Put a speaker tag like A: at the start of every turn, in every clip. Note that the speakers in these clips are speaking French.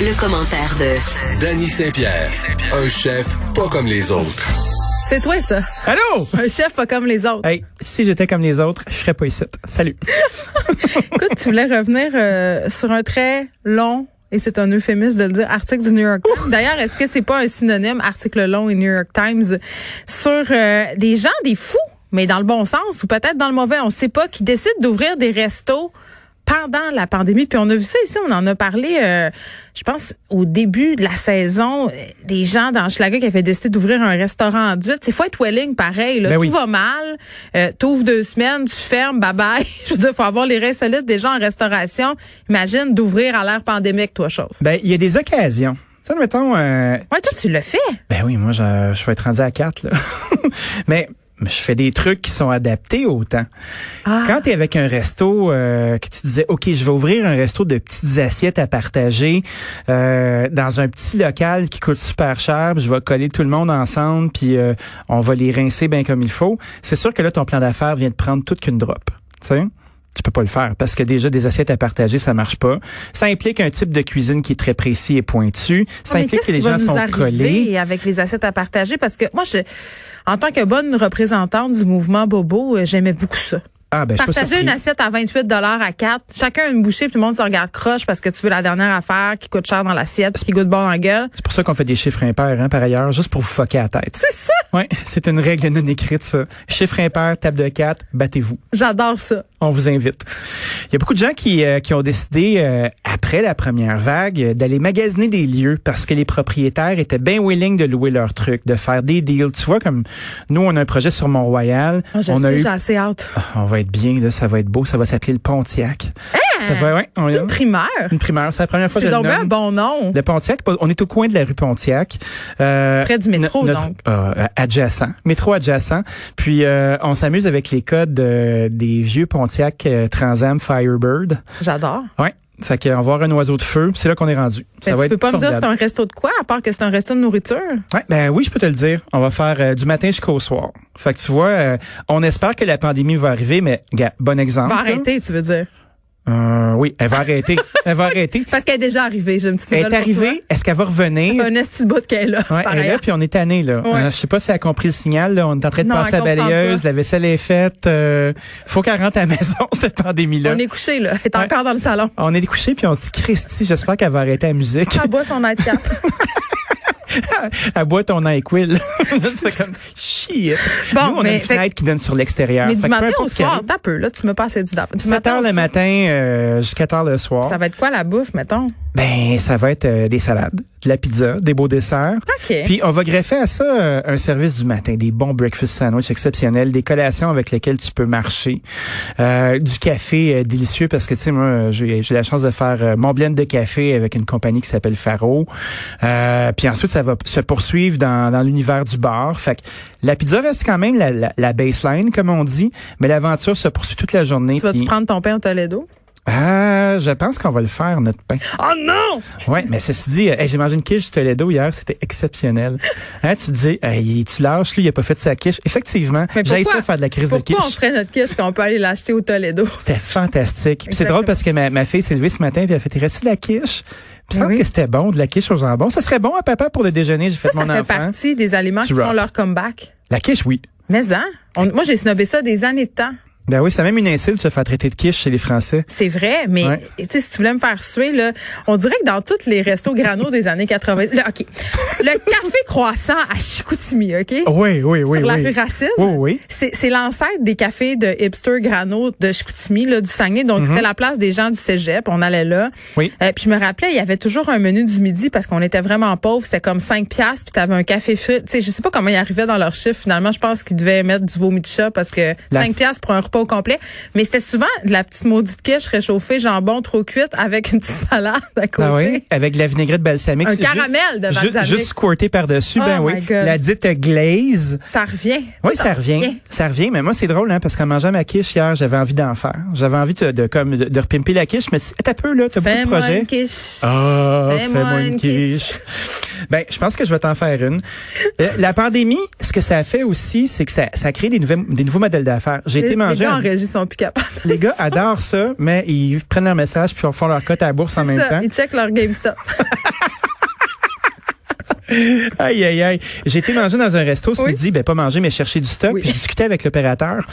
A: le commentaire de
B: Danny Saint-Pierre, un chef pas comme les autres.
C: C'est toi, ça.
D: Allô?
C: Un chef pas comme les autres.
D: Hey, si j'étais comme les autres, je serais pas ici. Salut.
C: Écoute, tu voulais revenir euh, sur un très long, et c'est un euphémisme de le dire, article du New York Times. D'ailleurs, est-ce que c'est pas un synonyme, article long et New York Times, sur euh, des gens, des fous, mais dans le bon sens ou peut-être dans le mauvais, on sait pas, qui décident d'ouvrir des restos pendant la pandémie. Puis on a vu ça ici, on en a parlé, euh, je pense, au début de la saison, euh, des gens dans Schlager qui avaient décidé d'ouvrir un restaurant en duite. C'est faut être willing, pareil. Là.
D: Ben
C: Tout
D: oui.
C: va mal. Euh, T'ouvres deux semaines, tu fermes, bye-bye. je veux dire, faut avoir les reins solides des gens en restauration. Imagine d'ouvrir à l'ère pandémique, toi, chose.
D: Ben, il y a des occasions. Ça, admettons, euh,
C: Ouais, toi, tu le fais.
D: ben oui, moi, je, je vais être rendu à 4, là. Mais je fais des trucs qui sont adaptés au temps.
C: Ah.
D: Quand tu es avec un resto, euh, que tu disais, OK, je vais ouvrir un resto de petites assiettes à partager euh, dans un petit local qui coûte super cher, puis je vais coller tout le monde ensemble, puis euh, on va les rincer bien comme il faut, c'est sûr que là, ton plan d'affaires vient de prendre toute qu'une drop. Tu sais? Tu peux pas le faire parce que déjà des assiettes à partager, ça marche pas. Ça implique un type de cuisine qui est très précis et pointu. Ça
C: Mais
D: implique
C: qu'est-ce
D: que les
C: qui va
D: gens
C: nous
D: sont
C: arriver
D: collés.
C: avec les assiettes à partager parce que moi, je, en tant que bonne représentante du mouvement Bobo, euh, j'aimais beaucoup ça.
D: Ah ben je suis pas
C: Partager
D: surpris.
C: une assiette à 28 à 4, chacun une bouchée, puis tout le monde se regarde croche parce que tu veux la dernière affaire qui coûte cher dans l'assiette, puis qui goûte bon dans la gueule.
D: C'est pour ça qu'on fait des chiffres impairs hein, par ailleurs, juste pour vous foquer à la tête.
C: C'est ça!
D: Ouais, c'est une règle non écrite ça. Chiffre impair, table de 4, battez-vous.
C: J'adore ça.
D: On vous invite. Il y a beaucoup de gens qui, euh, qui ont décidé, euh, après la première vague, euh, d'aller magasiner des lieux parce que les propriétaires étaient bien willing de louer leurs trucs, de faire des deals. Tu vois, comme nous, on a un projet sur Mont-Royal.
C: Ah, je
D: on
C: sais,
D: a eu...
C: j'ai assez hâte.
D: Ah, On va être bien, là, ça va être beau. Ça va s'appeler le Pontiac. ça va, ouais, on-
C: Hein? C'est une primeur.
D: une primeur. C'est la première fois que
C: C'est
D: hein? je le
C: donc bien un
D: nomme.
C: bon nom.
D: Le Pontiac, on est au coin de la rue Pontiac. Euh,
C: Près du métro, donc.
D: euh, adjacent. Métro adjacent. Puis, euh, on s'amuse avec les codes euh, des vieux Pontiac euh, Transam Firebird.
C: J'adore.
D: Ouais. Fait qu'on va voir un oiseau de feu, puis c'est là qu'on est rendu.
C: Mais Ben, tu peux pas me dire c'est
D: formidable.
C: un resto de quoi, à part que c'est un resto de nourriture?
D: Ouais, ben oui, je peux te le dire. On va faire euh, du matin jusqu'au soir. Fait que tu vois, euh, on espère que la pandémie va arriver, mais gars, bon exemple.
C: Va
D: là.
C: arrêter, tu veux dire.
D: Euh, oui, elle va arrêter. elle va arrêter.
C: Parce qu'elle est déjà arrivée, j'ai une petite
D: Elle
C: nouvelle
D: est arrivée. Est-ce qu'elle va revenir?
C: Pour toi. Un esti de bout qu'elle est là.
D: Ouais,
C: par
D: elle est là,
C: ailleurs.
D: puis on est tanné là.
C: Ouais.
D: Euh, je sais pas si elle a compris le signal. là. On est en train de
C: Non,
D: passer
C: elle
D: à
C: comprend
D: balayeuse,
C: pas.
D: la vaisselle est faite. euh, faut qu'elle rentre à la maison cette pandémie là.
C: On est couché là. Elle est
D: Ouais.
C: encore dans le salon.
D: On est couché puis on se dit Christy, j'espère qu'elle va arrêter la musique.
C: Elle boit son nightcap.
D: à bois ton NyQuil. c'est comme shit.
C: Bon,
D: Nous on a
C: mais-
D: une fenêtre qui donne sur l'extérieur.
C: Mais du
D: Fait que peu
C: matin au
D: importe ce qui
C: soir,
D: arrive,
C: t'as peu, là, tu me passes du Du
D: 7 heures
C: au
D: le
C: soir.
D: matin euh, jusqu'à tard le soir.
C: Ça va être quoi la bouffe, mettons?
D: Ben ça va être euh, des salades, de la pizza, des beaux desserts.
C: OK.
D: Puis on va greffer à ça euh, un service du matin, des bons breakfast sandwich exceptionnels, des collations avec lesquelles tu peux marcher, euh, du café euh, délicieux parce que tu sais moi euh, j'ai j'ai la chance de faire euh, mon blend de café avec une compagnie qui s'appelle Faro. Euh, puis ensuite ça va p- se poursuivre dans, dans l'univers du bar. Fait que la pizza reste quand même la, la, la baseline comme on dit, mais l'aventure se poursuit toute la journée.
C: tu vas-tu
D: puis-
C: prendre ton pain au Toledo?
D: Ah, je pense qu'on va le faire notre pain.
C: Oh non!
D: Ouais, mais ceci dit, euh, hey, j'ai mangé une quiche du Toledo hier, c'était exceptionnel. Hein, tu te dis, hey, tu lâches, lui, il a pas fait sa quiche. Effectivement,
C: Mais
D: j'ai
C: pourquoi-
D: essayé de faire de la crise de
C: Pourquoi on
D: quiche.
C: ferait notre quiche qu'on peut aller l'acheter au Toledo?
D: C'était fantastique. Puis C'est
C: Exactement.
D: drôle parce que ma, ma fille s'est levée ce matin et elle a fait, il reste de la quiche? Puis il me semble
C: Oui.
D: que c'était bon, de la quiche aux jambon. Ça serait bon à papa pour le déjeuner, j'ai fait
C: Ça, ça
D: mon
C: fait
D: enfant.
C: partie des aliments
D: Tu
C: qui font
D: rock.
C: leur comeback.
D: La quiche, oui.
C: Mais hein? On- moi, j'ai snobé ça des années de temps.
D: Ben oui, c'est même une insulte de se faire traiter de quiche chez les Français.
C: C'est vrai, mais
D: Ouais.
C: tu sais, si tu voulais me faire suer, là, on dirait que dans tous les restos granos des années 80... là, OK. Le café croissant à Chicoutimi, OK?
D: Oui, oui, oui,
C: Sur la
D: oui.
C: rue Racine.
D: Oui, oui.
C: C'est c'est l'ancêtre des cafés de hipster grano de Chicoutimi, là, du Saguenay. Donc, c'était la place des gens du cégep. On allait là.
D: Mhm. Oui.
C: Euh, puis, je me rappelais, il y avait toujours un menu du midi parce qu'on était vraiment pauvres. C'était comme 5 piastres, puis t'avais un café frit. Tu sais, je sais pas comment ils arrivaient dans leur chiffre. Finalement, je pense qu'ils devaient mettre du vomi de chat parce que
D: La-
C: 5 piastres pour un repas au complet. Mais c'était souvent de la petite maudite quiche réchauffée, jambon trop cuite avec une petite salade à côté.
D: Ah oui, avec de la vinaigrette balsamique.
C: Un
D: Ju-
C: caramel de
D: ju-
C: balsamique.
D: Juste squirté par-dessus,
C: Oh
D: ben
C: my
D: oui.
C: God.
D: La dite glaze.
C: Ça revient.
D: Oui, ça
C: revient.
D: revient. Ça revient, mais moi, c'est drôle, hein, parce qu'en mangeant ma quiche hier, j'avais envie d'en faire. J'avais envie de, de, comme, de, de repimper la quiche, mais si, t'as peu, là, t'as beaucoup de
C: Fais-moi
D: projets.
C: une quiche.
D: Ah,
C: Fais-moi
D: fais-moi
C: une
D: une quiche. Ben, je pense que je vais t'en faire une. Euh, la pandémie, ce que ça a fait aussi, c'est que ça, ça crée des, nouvelles- des nouveaux modèles d'affaires. J'ai été
C: Euh, Les- Les
D: manger.
C: gars en
D: un-
C: régie sont plus capables.
D: les gars adorent ça, mais ils prennent leur message puis ils font leur cote à la bourse en
C: C'est
D: même
C: ça,
D: temps.
C: Ils checkent leur GameStop.
D: Aïe, aïe, aïe. J'ai été manger dans un resto ce
C: Oui.
D: midi, ben pas manger, mais chercher du stock.
C: Oui.
D: Puis J'ai discuté avec l'opérateur.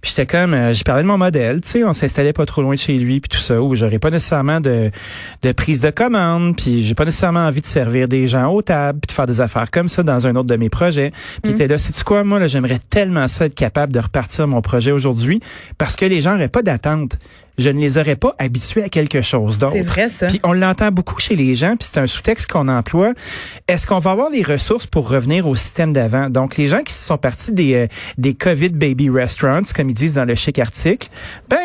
D: Puis j'étais comme, euh, j'ai parlé de mon modèle, tu sais, on s'installait pas trop loin de chez lui, puis tout ça, où j'aurais pas nécessairement de, de prise de commande, puis j'ai pas nécessairement envie de servir des gens aux tables, puis de faire des affaires comme ça dans un autre de mes projets.
C: Mm.
D: Puis il était là, sais-tu quoi, moi, là, j'aimerais tellement ça être capable de repartir mon projet aujourd'hui, parce que les gens n'auraient pas d'attente. Je ne les aurais pas habitués à quelque chose d'autre.
C: C'est vrai, ça.
D: Puis on l'entend beaucoup chez les gens, puis c'est un sous-texte qu'on emploie. Est-ce qu'on va avoir les ressources pour revenir au système d'avant? Donc, les gens qui sont partis des, euh, des COVID baby restaurants, comme ils disent dans le chic article, ben,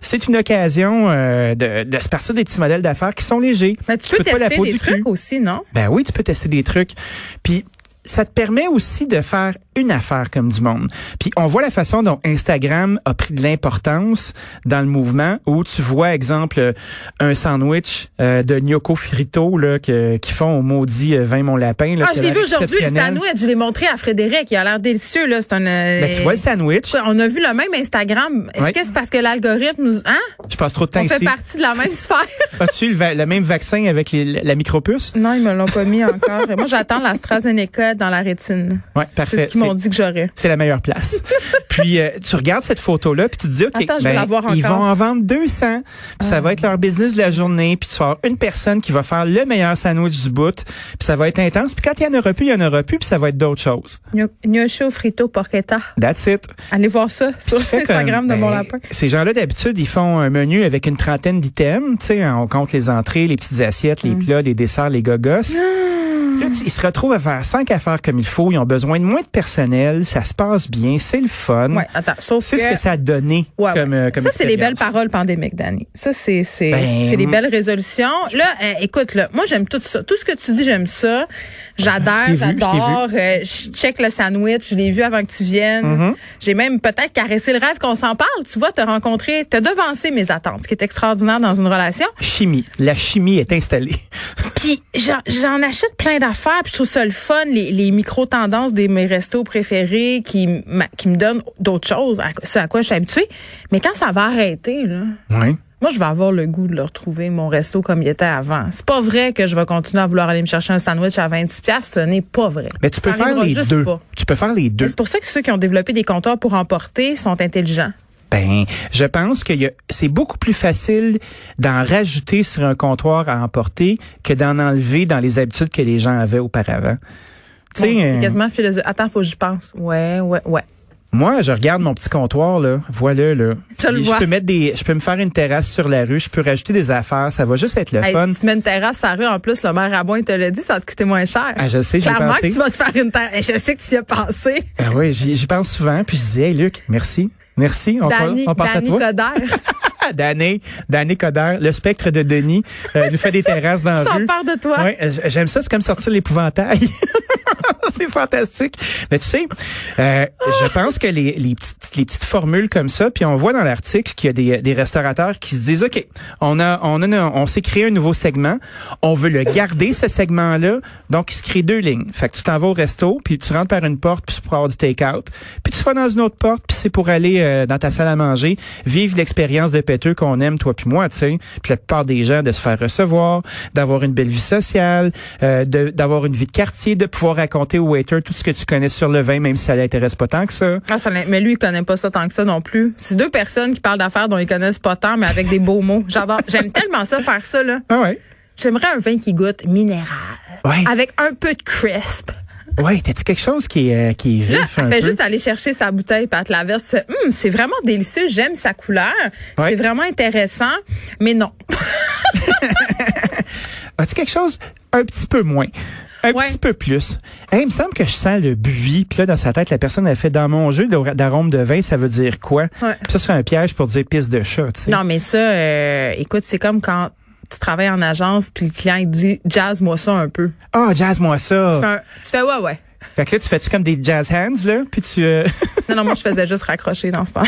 D: c'est une occasion euh, de, de se partir des petits modèles d'affaires qui sont légers.
C: Mais tu peux
D: coûtent pas la
C: tester
D: peau
C: des
D: du cul.
C: trucs aussi, non?
D: Ben oui, tu peux tester des trucs. Puis ça te permet aussi de faire une affaire comme du monde. Puis on voit la façon dont Instagram a pris de l'importance dans le mouvement où tu vois, exemple, euh, un sandwich euh, de gnocco frito là, que, qui font au maudit euh, vin mon lapin. Là,
C: Ah,
D: qui
C: je
D: a
C: l'ai
D: l'air
C: vu aujourd'hui, le
D: exceptionnel.
C: sandwich. Je l'ai montré à Frédéric. Il a l'air délicieux, là. C'est un. euh,
D: Ben, tu vois le sandwich,
C: On a vu le même Instagram. Est-ce
D: Ouais.
C: que c'est parce que l'algorithme nous. Hein?
D: je passe trop de temps
C: On fait
D: ici.
C: partie de la même sphère.
D: As-tu le, va- le même vaccin avec les- la micropuce?
C: non, ils me l'ont pas mis encore. Moi, j'attends l'AstraZeneca dans la rétine.
D: Ouais,
C: C'est
D: parfait.
C: ce qu'ils m'ont dit que j'aurais.
D: C'est la meilleure place. puis euh, tu regardes cette photo là puis tu te dis OK,
C: Attends, je vais
D: ben,
C: la voir
D: ils
C: encore. Ah.
D: vont en vendre 200. Puis ça va être leur business de la journée, puis tu vas avoir une personne qui va faire le meilleur sandwich du bout, puis ça va être intense. Puis quand il y en aura plus, il y en aura plus, puis ça va être d'autres choses.
C: Gno- Gnocchi au frito porchetta.
D: That's it.
C: Allez voir ça
D: Puis
C: sur
D: tu fais comme,
C: Instagram de mon
D: ben,
C: lapin.
D: Ces gens-là d'habitude, ils font un menu avec une trentaine d'items, tu sais, on compte les entrées, les petites assiettes,
C: Mm.
D: les plats, les desserts, les gogosses.
C: Ah.
D: Puis là, tu- ils se retrouvent à faire cinq affaires comme il faut, ils ont besoin de moins de personnel, ça se passe bien, c'est le fun.
C: Ouais, attends. Sauf
D: C'est ce que ça a donné
C: Ouais,
D: comme,
C: ouais.
D: euh, comme
C: ça, c'est les belles
D: expérience.
C: paroles pandémiques, Dani. Ça, c'est c'est
D: Ben,
C: c'est les belles résolutions. Là, euh, écoute, là, moi, j'aime tout ça. Tout ce que tu dis, j'aime ça.
D: Je
C: J'adore,
D: l'ai vu, je l'ai
C: j'adore. Euh, je check le sandwich. Je l'ai vu avant que tu viennes.
D: Mm-hmm.
C: J'ai même peut-être caressé le rêve qu'on s'en parle. Tu vois, t'as rencontré, t'as devancé mes attentes, ce qui est extraordinaire dans une relation.
D: Chimie. La chimie est installée.
C: Puis j'en- j'en achète plein d'affaires, puis je trouve ça le fun, les, les micro-tendances de mes restos préférés qui, m- qui me donnent d'autres choses, à, ce à quoi je suis habituée. Mais quand ça va arrêter, là,
D: Oui.
C: moi, je vais avoir le goût de le retrouver, mon resto, comme il était avant. C'est pas vrai que je vais continuer à vouloir aller me chercher un sandwich à 26 piastres, ce n'est pas vrai.
D: Mais tu peux
C: Ça
D: faire
C: arrivera
D: les
C: juste
D: deux.
C: pas.
D: Tu peux faire les
C: Mais
D: deux.
C: C'est pour ça que ceux qui ont développé des comptoirs pour emporter sont intelligents.
D: Ben, je pense que y a- c'est beaucoup plus facile d'en rajouter sur un comptoir à emporter que d'en enlever dans les habitudes que les gens avaient auparavant. Tu
C: Mon Dieu,
D: sais,
C: C'est
D: euh,
C: quasiment philosophique. Attends, faut que j'y pense. Ouais, ouais, ouais.
D: moi, je regarde mon petit comptoir là, voilà là.
C: Je le
D: Puis
C: vois.
D: peux mettre des, je peux me faire une terrasse sur la rue, je peux rajouter des affaires, ça va juste être le
C: Hey,
D: fun.
C: si tu mets une terrasse à rue, en plus, le maire Rabon, il te l'a dit, ça va te coûter moins cher.
D: Ah, je sais, j'y ai
C: Clairement
D: pensé.
C: que tu vas te faire une terrasse. Hey, Je sais que tu y as pensé.
D: Ben oui, j'y j'y pense souvent, puis je dis, hey Luc, merci, merci, on,
C: Danny,
D: on passe
C: Danny
D: à toi.
C: Coderre.
D: Ah, Danny, Danny Coderre, le spectre de Denis, euh, nous fait des terrasses dans la
C: S'en
D: rue.
C: part de toi.
D: Ouais, euh, j'aime ça, c'est comme sortir l'épouvantail. c'est fantastique. Mais tu sais, euh, je pense que les, les, petites, les petites formules comme ça, puis on voit dans l'article qu'il y a des, des restaurateurs qui se disent, OK, on a, on a, on s'est créé un nouveau segment, on veut le garder, ce segment-là, donc il se crée deux lignes. Fait que tu t'en vas au resto, puis tu rentres par une porte, puis c'est pour avoir du take-out, puis tu vas dans une autre porte, puis c'est pour aller euh, dans ta salle à manger, vivre l'expérience de péteux qu'on aime, toi puis moi, tu sais. Puis la plupart des gens, de se faire recevoir, d'avoir une belle vie sociale, euh, de- d'avoir une vie de quartier, de pouvoir raconter au waiter tout ce que tu connais sur le vin, même si ça l'intéresse pas tant que ça.
C: Ah, ça l'in- mais lui, il connaît pas ça tant que ça non plus. C'est deux personnes qui parlent d'affaires dont ils connaissent pas tant, mais avec des beaux mots. J'adore. J'aime tellement ça, faire ça, là.
D: Ah ouais?
C: J'aimerais un vin qui goûte minéral.
D: Ouais,
C: Avec un peu de crisp.
D: ouais, t'as-tu quelque chose qui est, euh, qui est
C: Là,
D: vif un
C: elle fait
D: peu?
C: juste aller chercher sa bouteille, puis elle te la verse. Tu fais, Hum, c'est vraiment délicieux, j'aime sa couleur.
D: Ouais.
C: C'est vraiment intéressant. Mais non.
D: As-tu quelque chose un petit peu moins? Un
C: Ouais.
D: petit peu plus. Hey, il me semble que je sens le buis. Puis là, dans sa tête, la personne a fait dans mon jeu d'ar- d'arôme de vin, ça veut dire quoi?
C: Ouais.
D: Puis ça serait un piège pour dire pisse de chat, tu sais.
C: Non, mais ça, euh, écoute, c'est comme quand tu travailles en agence puis le client il dit jazz moi ça un peu.
D: Ah, jazz-moi
C: Tu, fais
D: ça.
C: un- tu fais ouais ouais.
D: Fait que là, tu fais-tu comme des jazz hands, là? Puis tu... euh,
C: Non non moi je faisais juste raccrocher dans ce temps.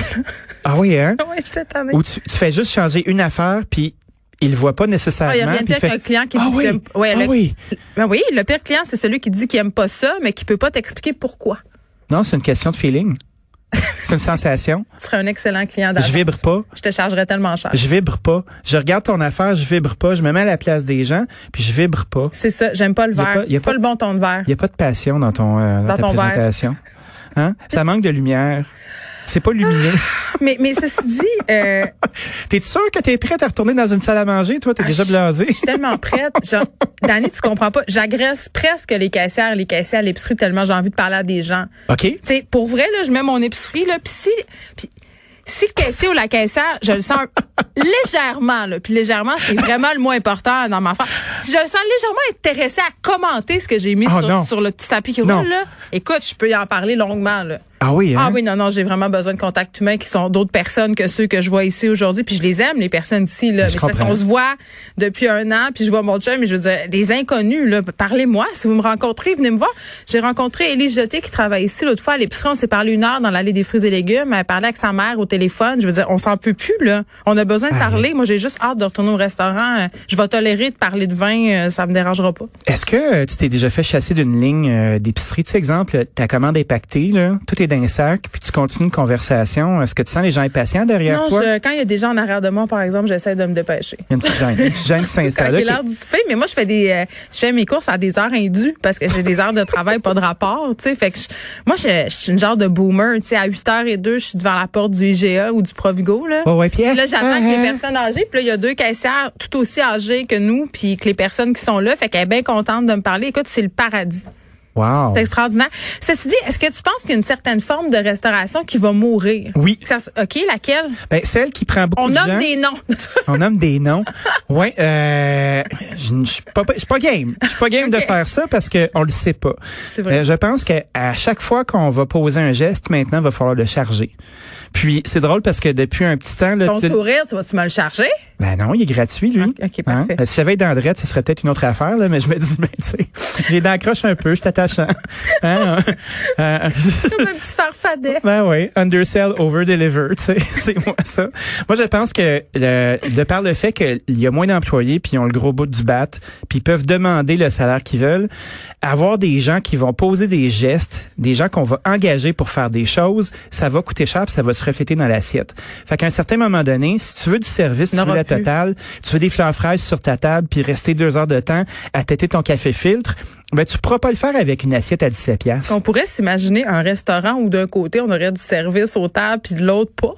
D: ah oui, hein?
C: ouais, j'étais tannée.
D: Ou tu, tu fais juste changer une affaire, puis il le voit pas nécessairement.
C: Ah, il y a rien de
D: puis
C: pire
D: fait-
C: qu'un client qui dit
D: ah,
C: que
D: oui.
C: j'aime- ouais,
D: ah
C: le-
D: oui.
C: Ben oui, le pire client c'est celui qui dit qu'il aime pas ça mais qui peut pas t'expliquer pourquoi.
D: Non, c'est une question de feeling. C'est une sensation.
C: Tu serais un excellent client
D: Je
C: d'agence.
D: vibre pas.
C: Je te chargerais tellement cher.
D: Je vibre pas. Je regarde ton affaire, je vibre pas. Je me mets à la place des gens, puis je vibre pas.
C: C'est ça, j'aime pas le
D: Y a
C: verre.
D: pas- y a
C: C'est pas,
D: pas-
C: le bon ton de verre.
D: Il n'y a pas de passion dans ton euh, dans
C: Dans
D: ta
C: ton verre.
D: présentation. Hein? Ça manque de lumière. C'est pas lumineux.
C: Mais, mais ceci dit, euh,
D: T'es sûr que t'es prête à retourner dans une salle à manger? Toi, t'es
C: Ah,
D: déjà
C: je-
D: blasé.
C: Je suis tellement prête. Genre, Dani, tu comprends pas. J'agresse presque les caissières, les caissières à l'épicerie tellement j'ai envie de parler à des gens.
D: OK?
C: Tu sais, pour vrai, là, je mets mon épicerie, là, puis si, puis si le caissier ou la caissière, je le sens un- légèrement, là, puis légèrement, c'est vraiment le moins important dans ma affaire. Si je le sens légèrement intéressé à commenter ce que j'ai mis
D: Oh, non.
C: sur, sur le petit tapis qui
D: Non.
C: roule, là, écoute, je peux y en parler longuement, là.
D: Ah oui, hein?
C: Ah oui, non, non, j'ai vraiment besoin de contacts humains qui sont d'autres personnes que ceux que je vois ici aujourd'hui. Puis je les aime, les personnes ici. Là. Mais
D: Je
C: c'est parce
D: comprends.
C: qu'on se voit depuis un an, puis je vois mon chum, mais je veux dire, les inconnus, là, parlez-moi. Si vous me rencontrez, venez me voir. J'ai rencontré Élise Jeté qui travaille ici l'autre fois à l'épicerie. On s'est parlé une heure dans l'allée des fruits et légumes. Elle parlait avec sa mère au téléphone. Je veux dire, on s'en peut plus, là. On a besoin de
D: Ah
C: parler. Moi, j'ai juste hâte de retourner au restaurant. Euh, Je vais tolérer de parler de vin. euh, Ça me dérangera pas.
D: Est-ce que euh, tu t'es déjà fait chasser d'une ligne euh, d'épicerie? Tu sais, exemple, euh, ta commande est pactée, là, tout est dans un sac, puis tu continues une conversation. Est-ce que tu sens les gens impatients derrière
C: Non,
D: toi?
C: je- quand il y a des gens en arrière de moi, par exemple, j'essaie de me dépêcher.
D: Il y a une petite gêne, une petite gêne qui
C: quand
D: s'installe.
C: il est
D: OK.
C: l'heure du souper, mais moi je fais des euh, je fais mes courses à des heures indues parce que j'ai des heures de travail pas de rapport, tu sais, fait que je- moi je, je suis une genre de boomer, tu sais à 8h02, je suis devant la porte du IGA ou du Provigo là.
D: Ouais, ouais, puis,
C: Puis là, j'attends que les
D: ah, ah.
C: personnes âgées, puis là, il y a deux caissières tout aussi âgées que nous, puis que les personnes qui sont là, fait qu'elle est bien contente de me parler. Écoute, c'est le paradis.
D: Wow.
C: C'est extraordinaire. Ceci dit, est-ce que tu penses qu'il y a une certaine forme de restauration qui va mourir?
D: Oui.
C: Ça se- OK, laquelle?
D: Ben, celle qui prend beaucoup
C: On
D: de gens.
C: nomme des noms.
D: On nomme des noms. Ouais, euh, je ne suis pas, je suis pas game. Je suis pas game de
C: Ok.
D: faire ça parce que on le sait pas.
C: C'est vrai.
D: Euh, je pense que à chaque fois qu'on va poser un geste, maintenant, il va falloir le charger. Puis c'est drôle parce que depuis un petit temps, là,
C: Ton
D: tu-
C: sourire, tu vas-tu me le charger?
D: ben non, il est gratuit lui. Hein? Euh,
C: Ok, ok, parfait.
D: Si j'avais dans le ce serait peut-être une autre affaire là, mais je me dis, ben tu sais, j'ai d'accroche un peu, je t'attache. Hein? Euh,
C: Comme un petit farfadet.
D: Ben oui, undersell, over-deliver, tu sais, c'est moi ça. Moi, je pense que le- de par le fait qu'il y a moins d'employés, puis ils ont le gros bout du bat, puis ils peuvent demander le salaire qu'ils veulent, avoir des gens qui vont poser des gestes, des gens qu'on va engager pour faire des choses, ça va coûter cher, puis ça va se refléter dans l'assiette. Fait qu'à un certain moment donné, si tu veux du service, tu
C: N'aura
D: veux la
C: plus.
D: totale, tu veux des fleurs fraises sur ta table, puis rester deux heures de temps à têter ton café filtre, ben tu pourras pas le faire avec une assiette à 17 piastres.
C: On pourrait s'imaginer un restaurant où d'un côté on aurait du service aux tables puis de l'autre pas.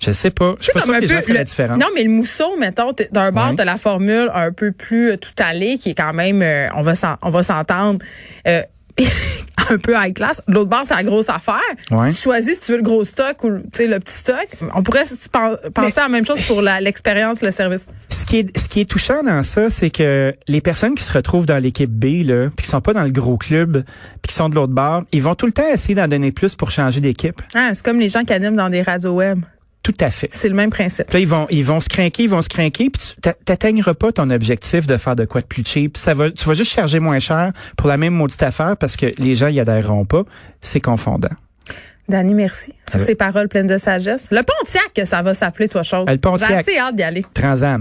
D: Je sais pas. Je suis pas
C: comme
D: sûr
C: un
D: que les gens
C: peu
D: feraient
C: le-
D: la différence.
C: Non, mais le mousseau, mettons, t'es- d'un bord,
D: Ouais.
C: de la formule un peu plus euh, tout allée, qui est quand même, euh, on va s'en- on va s'entendre, euh, un peu high class. De l'autre bord, c'est la grosse affaire.
D: Ouais.
C: Tu choisis si tu veux le gros stock ou le- tu sais, le petit stock. On pourrait s- pen- penser à la même chose pour la- l'expérience, le service.
D: Ce qui est, ce qui est touchant dans ça, c'est que les personnes qui se retrouvent dans l'équipe B, là, puis qui sont pas dans le gros club, puis qui sont de l'autre bord, ils vont tout le temps essayer d'en donner plus pour changer d'équipe.
C: Ah, c'est comme les gens qui animent dans des radios web.
D: Tout à fait.
C: C'est le même principe.
D: Puis là, ils vont, ils vont se craquer, ils vont se craquer, puis tu t'a- t'atteigneras pas ton objectif de faire de quoi de plus cheap. Ça va, tu vas juste charger moins cher pour la même maudite affaire parce que les gens y adhéreront pas. C'est confondant.
C: Dani, merci. Sur
D: Ah oui.
C: ces paroles pleines de sagesse. Le Pontiac, que ça va s'appeler, toi, chose.
D: Ah, le Pontiac.
C: J'ai assez hâte d'y aller.
D: Transam.